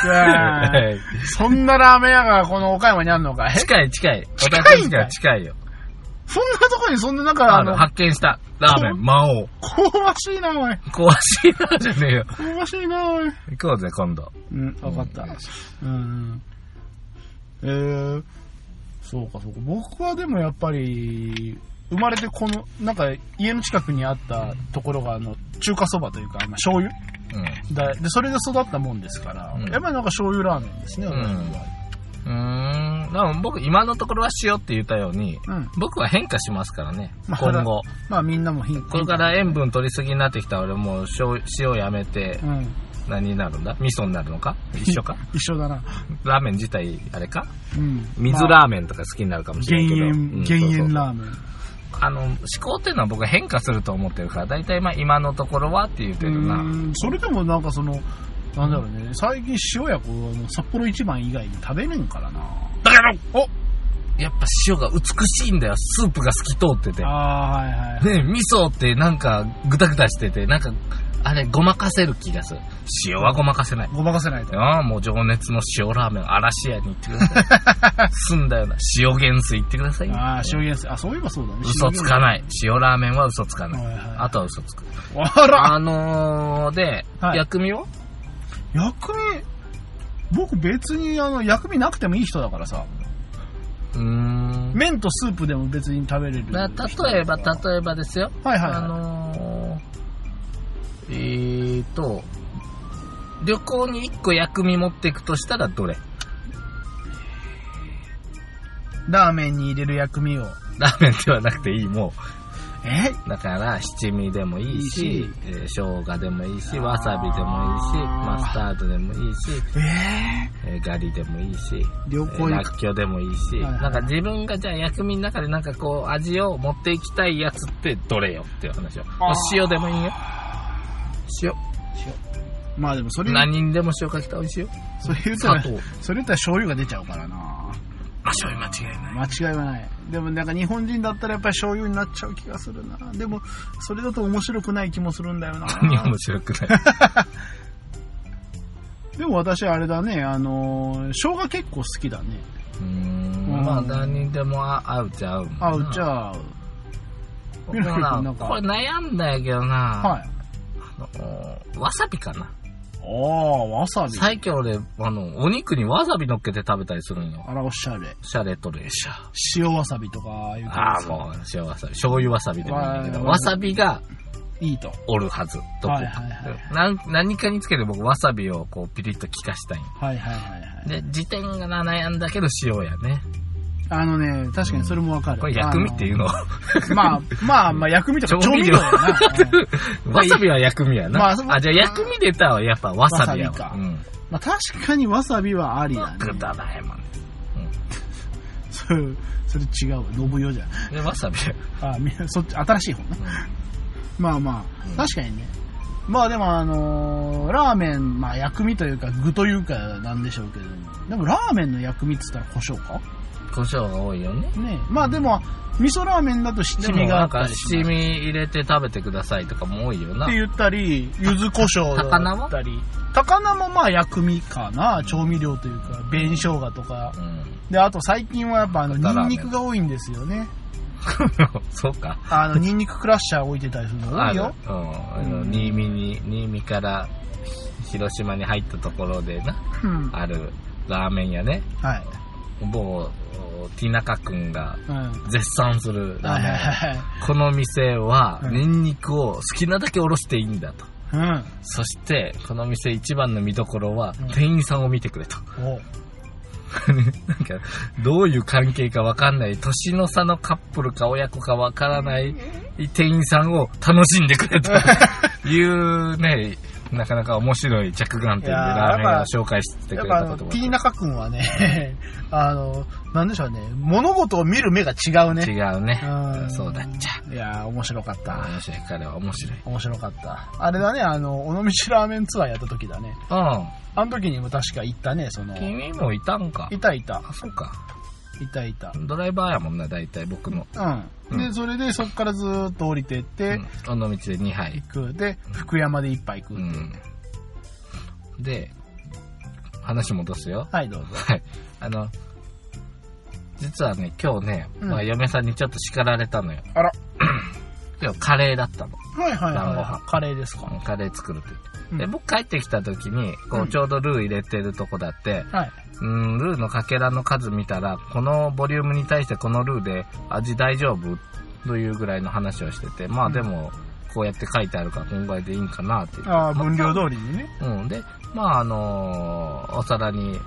S2: そんなラーメン屋がこの岡山にあんのかい
S1: [LAUGHS] 近い近い。
S2: 近いんかい
S1: 私が近いよ。
S2: そんなとこにそんななんか
S1: あ
S2: あ
S1: の、
S2: の、
S1: 発見した。ラーメ
S2: [LAUGHS]
S1: ン、魔王。
S2: 香ばしいなおい。
S1: 壊しいなじゃねえよ。
S2: 香ばしいなおい。
S1: 行こうぜ、今度。
S2: うん、わかった。うん。えー、そうかそうか。僕はでもやっぱり、生まれてこの、なんか家の近くにあったところが、あの、中華そばというか、まあ、醤油
S1: う
S2: だで、それで育ったもんですから、
S1: うん
S2: やっぱりなんか醤油ラーメンですね、
S1: うん
S2: 私は。
S1: ん。うーん。でも僕、今のところは塩って言ったように、
S2: うん。
S1: 僕は変化しますからね。
S2: まあ
S1: 今後。
S2: まあみんなもヒント。
S1: これから塩分取りすぎになってきたら俺もう醤塩やめて
S2: うん。
S1: 何になるんだ味噌になるの
S2: [LAUGHS]
S1: か一緒か
S2: 一緒だな。
S1: ラーメン自体あれか
S2: うん。
S1: 水
S2: まあ
S1: ラーメンとか好きになるかもしれないけど、うん
S2: 減塩、減
S1: そう
S2: 塩
S1: そう
S2: ラーメン。
S1: あの思考っていうのは僕は変化すると思ってるから大体まあ今のところはって言ってるな
S2: うーんそれでもなんかそのなんだろうね最近塩やこの札幌一番以外に食べれんからな
S1: だからおやっぱ塩が美しいんだよスープが透き通ってて
S2: ああはいはいはい
S1: ね味噌ってなんかグタグタしててなんかあれごまかせる気がする塩はごまかせない
S2: [LAUGHS] ごまかせないと
S1: ああ、もう情熱の塩ラーメン、嵐屋に行ってください。すんだ [LAUGHS] よな。塩原水行ってください。
S2: ああ塩原水あそういえばそうだね
S1: 嘘つか
S2: い
S1: ない。塩ラーメンは嘘つか
S2: は
S1: ないい。
S2: はい
S1: あとは嘘つく。
S2: あら
S1: あのー、で、
S2: はい
S1: 薬味は
S2: 薬味僕別にあの薬味なくてもいい人だからさ
S1: うーん。
S2: 麺とスープでも別に食べれる人
S1: だ
S2: だから
S1: 例えば、例えばですよ。
S2: はいはい、は
S1: あ
S2: い、
S1: のー、えーと、旅行に1個薬味持っていくとしたらどれ
S2: ラーメンに入れる薬味を
S1: ラーメンではなくていい、も
S2: え
S1: う。だから、七味でもいいし、
S2: いいし
S1: えー生姜でもいいし、わさびでもいいし、
S2: あー
S1: マスタードでもいいし、
S2: え
S1: えーガリでもいいし、
S2: ー、
S1: え
S2: 旅行
S1: ー
S2: 行
S1: ら
S2: く
S1: っきょうでもいいし、
S2: はいはい
S1: なんか自分がじゃあ薬味の中でなんかこう味を持っていきたいやつってどれよっていう話を。もう塩でもいいよ。塩。
S2: まあでもそれ
S1: 何にでも塩かけたら美味しいよ。
S2: それ言うた
S1: 砂
S2: ら
S1: 糖。
S2: それ言ったら醤油が出ちゃうからな
S1: あ、醤油間違いない。
S2: 間違いはないでもなんか日本人だったらやっぱり醤油になっちゃう気がするなでもそれだと面白くない気もするんだよな
S1: 何が面白く
S2: [LAUGHS]
S1: ない。
S2: でも私あれだねあのー生姜結構好きだね
S1: うーん。まあ何にでも合合うちゃ合うもんな。
S2: あうちゃ
S1: でも
S2: ミラクル
S1: な
S2: [LAUGHS] なんか
S1: これ悩んだんやけど
S2: あ
S1: な、
S2: はい
S1: あのーわさびかな。
S2: ああわさび
S1: 最近俺、あの、お肉にわさび乗っけて食べたりするんよ。
S2: あらおしゃれ
S1: シャレとレーシャー。
S2: 塩わさびとかいう
S1: あ
S2: 感
S1: あ、
S2: じ
S1: もう、塩わさび。醤油わさびでもいいんだけど、
S2: わー
S1: わさびが
S2: いいと
S1: おるはず、どこか
S2: はいはいはい
S1: なん何かにつけて僕、わさびをこう、ピリッと効かしたいんよ
S2: はいはいはいはい
S1: で、辞典が悩んだけど塩やね。
S2: あのね確かにそれもわかる、
S1: これ薬味っていうのわ
S2: あのまあま
S1: [LAUGHS]
S2: あまあ薬味とか調
S1: 調味
S2: 味
S1: 料
S2: 料だよな
S1: [LAUGHS]
S2: うん
S1: さびは薬味やな。
S2: ま
S1: あ
S2: あそう、
S1: じゃあ薬味で言ったらやっぱわさびや
S2: わさび
S1: わ。
S2: か
S1: うん。
S2: まあ確かにわさびはありだね
S1: くだらへんもんね。
S2: それそれ違うわ信代じゃん
S1: で、わさびや。
S2: あみ [LAUGHS] そっち新しい方なまあまあ、
S1: うん
S2: 確かにねまあでもあのーラーメンまあ薬味というか具というかなんでしょうけどでもラーメンの薬味っつったら胡椒か
S1: 胡椒が多いよね。
S2: ねえまあでも味噌ラーメンだと
S1: で
S2: 七
S1: も
S2: 味が
S1: な
S2: あ
S1: ん
S2: った
S1: か
S2: りし
S1: 七
S2: ますっ
S1: 味入れて食べてくださいとかも多いよな
S2: て。言ったり柚子胡椒だ
S1: 高菜は
S2: ったり高菜もまあ薬味かな調味料というか紅生姜とか
S1: うん。
S2: であと最近はやっぱあの
S1: 高菜ラーメン
S2: ニンニクが多いんですよね
S1: [LAUGHS] そうか。
S2: あのニンニククラッシャー置いてたりするの多いよ
S1: あるうん。あの
S2: うん
S1: 新見に、新見から広島に入ったところでな、
S2: うん
S1: あるラーメン屋ね、
S2: はい、
S1: 某ティナカ君が
S2: うん、はい
S1: 絶賛するラー
S2: はい
S1: メン屋。
S2: はい
S1: この店は、
S2: うん
S1: ニンニクを好きなだけおろしていいんだと。
S2: うん
S1: そして、この店一番の見どころは
S2: うん、
S1: 店員さんを見てくれと。
S2: お
S1: なんか、どういう関係かわかんない、年の差のカップルか親子か
S2: [LAUGHS]
S1: わからない店員さんを楽しんでくれというね、なかなか面白い着眼点で
S2: いやー
S1: ラーメン
S2: や
S1: を
S2: っ
S1: 紹介して
S2: や
S1: く
S2: っ
S1: れ
S2: ぱあ
S1: たこ
S2: の、
S1: とも
S2: T 中くんはね、 [LAUGHS] あの、なんでしょうね、物事を見る目が違うね。
S1: 違うね
S2: うん
S1: そうだっちゃ
S2: いやー、面白かった。
S1: 面白い彼は面白い
S2: 面白かった。あれだね、あの、尾道ラーメンツアーやった時だね。
S1: うん
S2: あの時にも確か行ったね、その、い
S1: 君もいたんか
S2: たいた、
S1: あそうか
S2: いたいた。
S1: ドライバーやもんな大体僕の
S2: うん。
S1: う
S2: で、
S1: ん
S2: それでそっからずーっと降りてって、
S1: うん尾道で2杯
S2: 行く。で、福山で一杯食う。
S1: うんで話戻すよ
S2: はい、どうぞ。
S1: はいあの実はね今日ね、
S2: うん
S1: まあ、嫁さんにちょっと叱られたのよ
S2: あら
S1: [CLEARS THROAT] 今日カレーだったの
S2: はいはい
S1: 晩ご
S2: は
S1: 飯
S2: い。カレーですか。
S1: カレー作るって言って
S2: うん
S1: で僕帰ってきた時にこ
S2: う
S1: うんちょうどルー入れてるとこだって、
S2: はい。
S1: うん、ルーのかけらの数見たらこのボリュームに対してこのルーで味大丈夫というぐらいの話をしててまあ
S2: うん
S1: でもこうやって書いてあるからこんぐらいでいいんかなっていう、
S2: ああ、分量通りにね。
S1: うん、でまああのーお皿に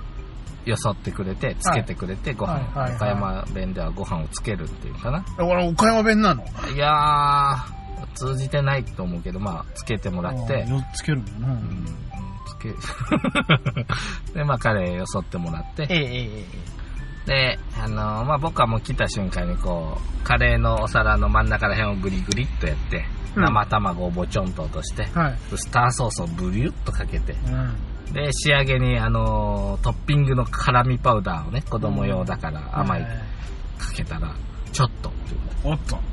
S1: よそってくれてつけてくれてご飯、
S2: はいはいはい
S1: 岡山弁ではご飯をつけるっていうかな
S2: だから岡山弁なの。
S1: いやー通じてないと思うけどまあつけてもらって、
S2: あーよっつけるのな。
S1: うんつけ [LAUGHS] でまあ彼よそってもらって
S2: えええええ
S1: であのまあ僕はもう来た瞬間にこうカレーのお皿の真ん中ら辺をグリグリっとやって
S2: うん
S1: 生卵をぼちょんと落として、
S2: え。はい。
S1: ウスターソースをブリュッとかけて
S2: うん。
S1: で仕上げにあのトッピングの辛味パウダーをね子供用だから甘い
S2: は
S1: かけたらちょっとって言われて
S2: おっと。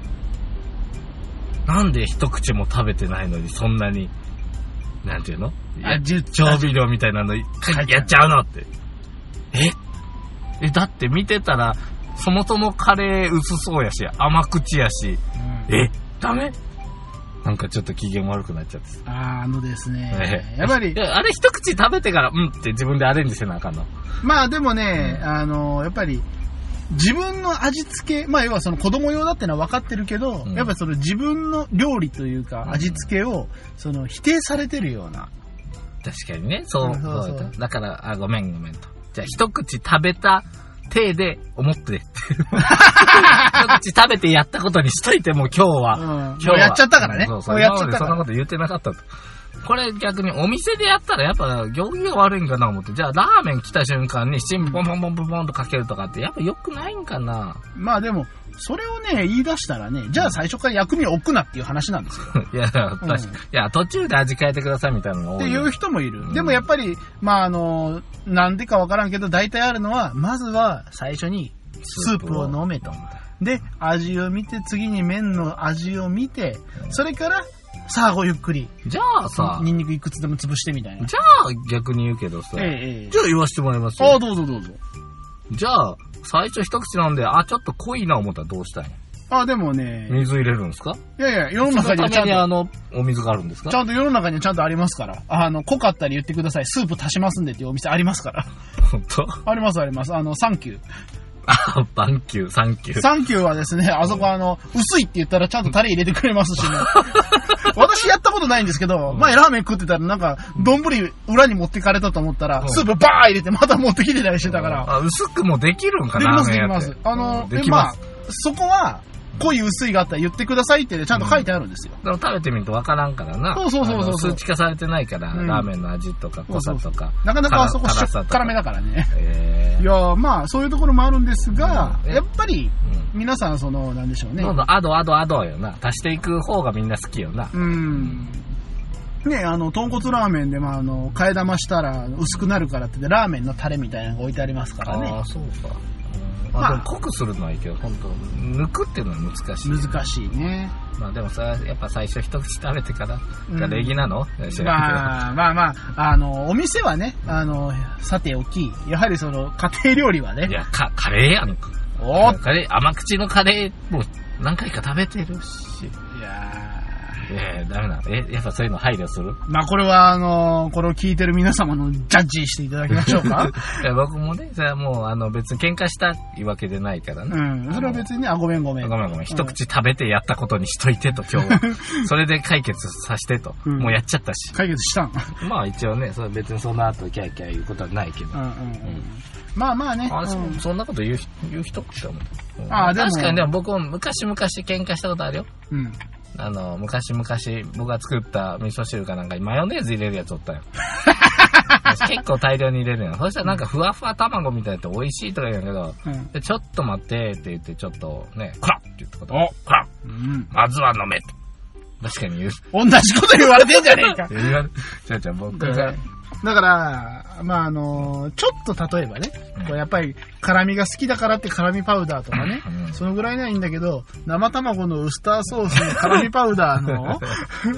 S1: なんで一口も食べてないのにそんなになんていうの
S2: あ、じゅ、
S1: 調味料みたいなのやっちゃうのって。ええ、だって見てたら、そもそもカレー薄そうやし、甘口やし、
S2: うん
S1: え、ダメなんかちょっと機嫌悪くなっちゃって。
S2: あーあのですね
S1: え、え
S2: やっぱり
S1: [LAUGHS] い、やあれ一口食べてから、うんって自分でアレンジせなあかんの。
S2: まあでもね、
S1: うん
S2: あの、やっぱり、自分の味付け、まあ要はその子供用だってのは分かってるけど、
S1: うん
S2: やっぱりその自分の料理というか
S1: うん
S2: 味付けを、その否定されてるような。
S1: 確かにね、そう、
S2: そうそうそう
S1: そうだから、あ、ごめんごめんと。じゃあ一口食べた手で思
S2: [LAUGHS]
S1: ってって。一口食べてやったことにしといて、もう今日は。
S2: うん。
S1: 今
S2: もう
S1: 日は
S2: やっちゃったからね。
S1: そ
S2: も
S1: うそう
S2: うやっちゃっ
S1: 今まで
S2: たか
S1: そんな
S2: ら
S1: こ。と言ってなかったと。これ逆にお店でやったらやっぱ行儀が悪いんかな思って。じゃあラーメン来た瞬間に七味ポンポンポンポンポンとかけるとかってやっぱ良くないんかな [LAUGHS]
S2: まあでも、それをね、言い出したらね、じゃあ最初から薬味を置くなっていう話なんですよ。
S1: いや、確か、いや、途中で味変えてくださいみたいなの
S2: っ
S1: 多
S2: て
S1: い。
S2: いう人もいる。
S1: うん
S2: でもやっぱり、まああの、なんでか分からんけど、大体あるのは、まずは最初にスープを飲めと。で、味を見て、次に麺の味を見て、それから、さあごゆっくり、
S1: じゃあさ、
S2: ニンニクいくつでも潰してみたいな。
S1: じゃあ逆に言うけどさ、
S2: ええええ
S1: じゃあ言わせてもらいます
S2: ああ、
S1: よ。
S2: どうぞどうぞ。
S1: じゃあ、最初一口飲んで、あ、ちょっと濃いな思ったらどうしたい
S2: ああ、でもね、
S1: 水入れるんですか
S2: いやいや、世の
S1: その
S2: 中に
S1: た
S2: はちゃ
S1: め
S2: ん
S1: に
S2: と、
S1: あの、お水があるんですか
S2: ちゃんと世の中にはちゃんとありますから。あの、濃かったり言ってください。スープ足しますんでっていうお店ありますから。
S1: 本当
S2: ありますあります。あの、サンキュー。
S1: あ、 [LAUGHS] バンキュー、サン
S2: [LAUGHS]
S1: キュー。
S2: サンキューはですね、あそこあの、薄いって言ったらちゃんとタレ入れてくれま
S1: [LAUGHS]
S2: すしね。私やったことないんですけど、前ラーメン食ってたらなんか、丼裏に持ってかれたと思った
S1: う
S2: ら、
S1: ん
S2: スープバー入れてまた持ってきてたりしてたから、
S1: あ、薄くもできるんか
S2: でき
S1: な
S2: ますできま
S1: ラーメン屋
S2: す
S1: っ。て
S2: あの
S1: う、んで
S2: で
S1: き
S2: ま
S1: ま
S2: あ
S1: す。、
S2: そこは、濃い薄いがあったら言ってくださいってねちゃんと書いてあるんですよ。
S1: でも食べてみるとわからんからな。
S2: そうそうそうそう
S1: あの数値化されてないから、
S2: うん
S1: ラーメンの味とか濃さとか。
S2: なかなかあそこ
S1: 辛
S2: しょ
S1: 辛
S2: っ
S1: さとか
S2: からめだからね。
S1: え
S2: いやーまあ、そういうところもあるんですが、
S1: うん
S2: やっぱり、
S1: え
S2: 皆さん、その、なんでしょう
S1: うん。
S2: ね
S1: ど。んどんアドアドアドよな。足していく方がみんな好きよな。
S2: うん。ねあの、豚骨ラーメンで、まあ、あの、替え玉したら薄くなるからって言って、ラーメンのタレみたいなのが置いてありますから
S1: あ
S2: ね
S1: あ、。そうか。うん
S2: まあ
S1: あ、でも濃くするのはいいけど、本当抜くっていうのは難しい。
S2: 難しいね。
S1: まあでもさ、やっぱ最初一口食べてから、
S2: うん
S1: が礼儀なの知らん
S2: まあまあまあ、あの、お店はね、あの、さておき、やはりその、家庭料理は
S1: けど。い
S2: ね、
S1: や、か、カレーやんか。
S2: おっ
S1: カレー、甘口のカレーも何回か食べてるし。
S2: いや
S1: えー、ダメなのえ、やっぱそういうの配慮す
S2: [LAUGHS]
S1: る
S2: ーまあこれは、あの、これを聞いてる皆様のジャッジしていただきましょう [LAUGHS] か。
S1: いや、僕もね、それはもう、あの、別に喧嘩したいわけでないから
S2: う
S1: ね。
S2: ん、それは別にね、あ、ごめんごめん。
S1: ごめんごめん、一口食べてやったことにしといてと、今日
S2: [LAUGHS]
S1: は。それで解決させてと。
S2: うん
S1: もうやっちゃったし。
S2: 解決したん
S1: [LAUGHS] まあ一応ね、それ別にその後キャーキャー言うことはないけど
S2: うん。うんうん。まあまあね。
S1: あそ
S2: うん
S1: そんなこと言う人言う人って思う。うん
S2: あでも
S1: 確かにでも僕も昔々喧嘩したことあるよ。
S2: うん。
S1: あの、昔々僕が作った味噌汁かなんかにマヨネーズ入れるやつおったよ。
S2: [LAUGHS]
S1: 私結構大量に入れるよ。そしたらなんかふわふわ卵みたいなって美味しいとか言うんやけど、
S2: うん。
S1: でちょっと待ってって言って、ちょっとね、コラッって言ったこと、おコラ
S2: うん。
S1: ッまずは飲めと。確かに言う。
S2: 同じこと言われてんじゃ [LAUGHS] ねえか。
S1: 言われちゃうちゃう、僕
S2: だか
S1: が
S2: ら、。だからまああの、ちょっと例えばね、こうやっぱり辛味が好きだからって辛味パウダーとかね、
S1: うん
S2: そのぐらいならいいんだけど、生卵のウスターソースに辛味パウダー
S1: [LAUGHS]
S2: の、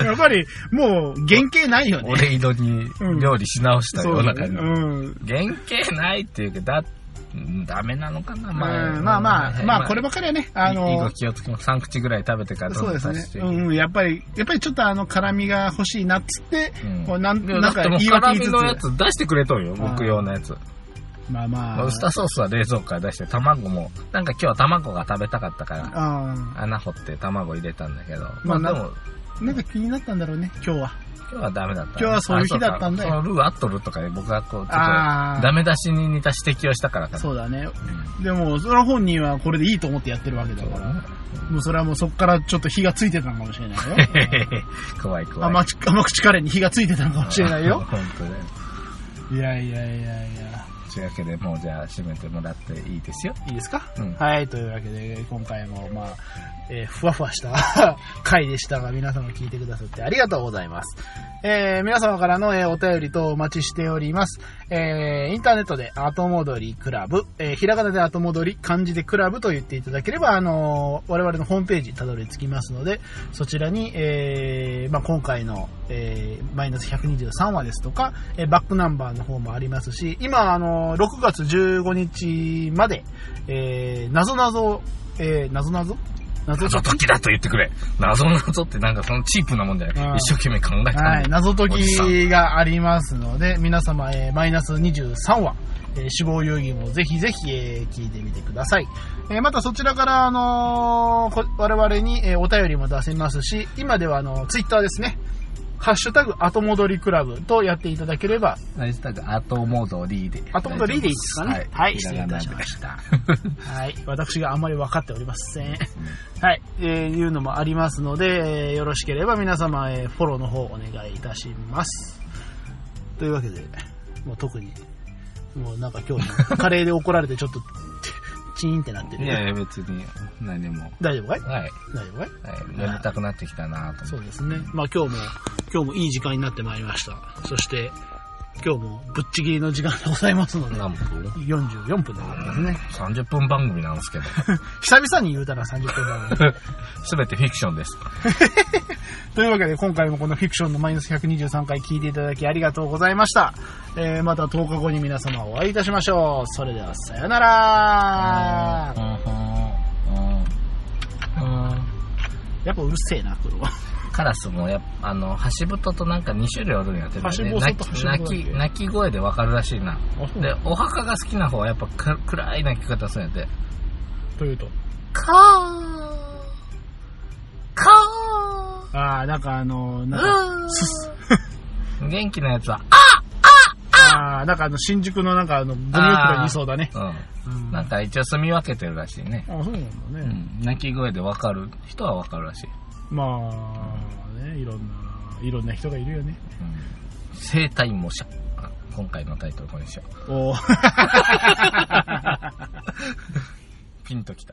S2: やっぱりもう原型ないよね。
S1: 俺井戸に料理し直したような
S2: だ
S1: 感
S2: ね
S1: じ。
S2: うん。
S1: 原型ないっていうけど、だ、うんダメなのかな、
S2: まあまあまあ、まあこれ
S1: も、
S2: ばかりはね、あ
S1: いい
S2: の
S1: ご、気をつけます。3口ぐらい食べてから
S2: そうですね
S1: 出して。
S2: うんうん、やっぱり、やっぱりちょっとあの、辛味が欲しいなっつって、
S1: うん
S2: こうなん、
S1: いや
S2: な
S1: だ
S2: んか
S1: ってもう
S2: 言い訳
S1: 辛
S2: 言
S1: み
S2: いつ
S1: のや
S2: つ、
S1: つ出してくれとんよ、僕用のやつ。
S2: まあまあ、
S1: ウスターソースは冷蔵庫から出して、卵も、なんか今日は卵が食べたかったから、
S2: あ
S1: 穴掘って卵入れたんだけど、
S2: ま
S1: ま
S2: あ
S1: あでも、
S2: ーなんか気になったんだろうね、今日は。
S1: 今日はダメだった。
S2: 今日はそういう日だったんだよ
S1: あそうかそのルーあっとるとかで僕がこう、ちょっと、
S2: あー
S1: ダメ出しに似た指摘をしたからかな
S2: そうだね。
S1: うん
S2: でも、それは本人はこれでいいと思ってやってるわけだ
S1: そう
S2: か
S1: だね
S2: ら。もうそれはもうそこからちょっと火がついてたのかもし
S1: [LAUGHS]
S2: れないよ。
S1: へへへへ [LAUGHS] 怖い怖い。
S2: 甘ち甘口カレーに火がついてたのかもしれないよ
S1: [LAUGHS] 。本当だよ。
S2: いやいやいやいや。
S1: というわけで、もうじゃあ閉めてもらっていいですよ。
S2: いいですか、
S1: うん
S2: はい、というわけで、今回も、まあ、えーふわふわした [LAUGHS] 回でしたが、皆様聞いてくださってありがとうございます。えー皆様からの、えーお便りとお待ちしております。えーインターネットで、後戻りクラブ、えーひらがなで後戻り、漢字でクラブと言っていただければ、あのー我々のホームページたどり着きますので、そちらに、えーまあ、今回の、えーマイナス123話ですとか、えーバックナンバーの方もありますし、今、あのー6月15日まで、えー、なぞなぞ、えー、なぞなぞ謎
S1: 謎解きだと言ってくれ。謎謎ってなんかそのチープなもんだよ
S2: うん。
S1: 一生懸命考えたんだ
S2: は
S1: よ
S2: い、謎解
S1: おじさん
S2: きがありますので、皆様、えーマイナス23話、えー死亡遊戯もぜひぜひ、えー聞いてみてください。えーまたそちらから、あのーこ我々に、えーお便りも出せますし、今では、あの、ツイッターですね。ハッシュタグ、後戻りクラブとやっていただければ、
S1: ハッシュタグ、後戻りで。
S2: 後戻りでいいですかねは
S1: はいい。
S2: 失礼いたしま
S1: した。
S2: はい、私があまり分かっておりません。はい、えーいうのもありますので、えーよろしければ皆様、えーフォローの方お願いいたします。というわけで、もう特に、もうなんか今日、カレーで怒られてちょっと、 [LAUGHS] チーンってなっ
S1: [LAUGHS]
S2: て
S1: い
S2: る。
S1: やいや、別に何も。
S2: 大丈夫かい
S1: はい。
S2: 大丈夫かい
S1: はいやりたくなってきたなと
S2: そ
S1: 思っ
S2: うですね。まあ今日も、今日もいい時間になってまいりました。そして、今日もぶっちぎりの時間でございますの
S1: て。 [LAUGHS]
S2: で、
S1: 何分
S2: 44分でございますね。
S1: 30分番組なんです [LAUGHS] けど、
S2: 久々に言うたら30分なので。
S1: すべてフィクションです。
S2: というわけで今回もこのフィクションのマイナス123回聞いていただきありがとうございました。えー、また10日後に皆様お会いいたしましょう。それではさよなら
S1: うんうんうん
S2: やっぱうるせえな、黒は。
S1: カラスもやっぱあの、ハシブトとなんか2種類あるんやって
S2: ハシボソ
S1: 鳴
S2: とハ
S1: き
S2: シブトだっけ
S1: 鳴き、鳴き声でわかるらしいな。で、お墓が好きな方はやっぱく暗い鳴き方するんやって。
S2: というと。
S1: カーカ
S2: ああ、なんかあのー
S1: ー
S2: なんか、
S1: うん元気なやつは、
S2: ああ、なんかあの、新宿のなんかあの、ゴミ置き場にいそうだね。
S1: あうん。
S2: あ
S1: なんか一応住み分けてるらしいね。
S2: そうなんだ
S1: う
S2: ね。
S1: ん。鳴き声でわかる人はわかるらしい。
S2: まあ、ね、いろんな、いろんな人がいるよね。
S1: うん。生体模写。あ今回のタイトルこれにしよう。
S2: おー
S1: ピンときた。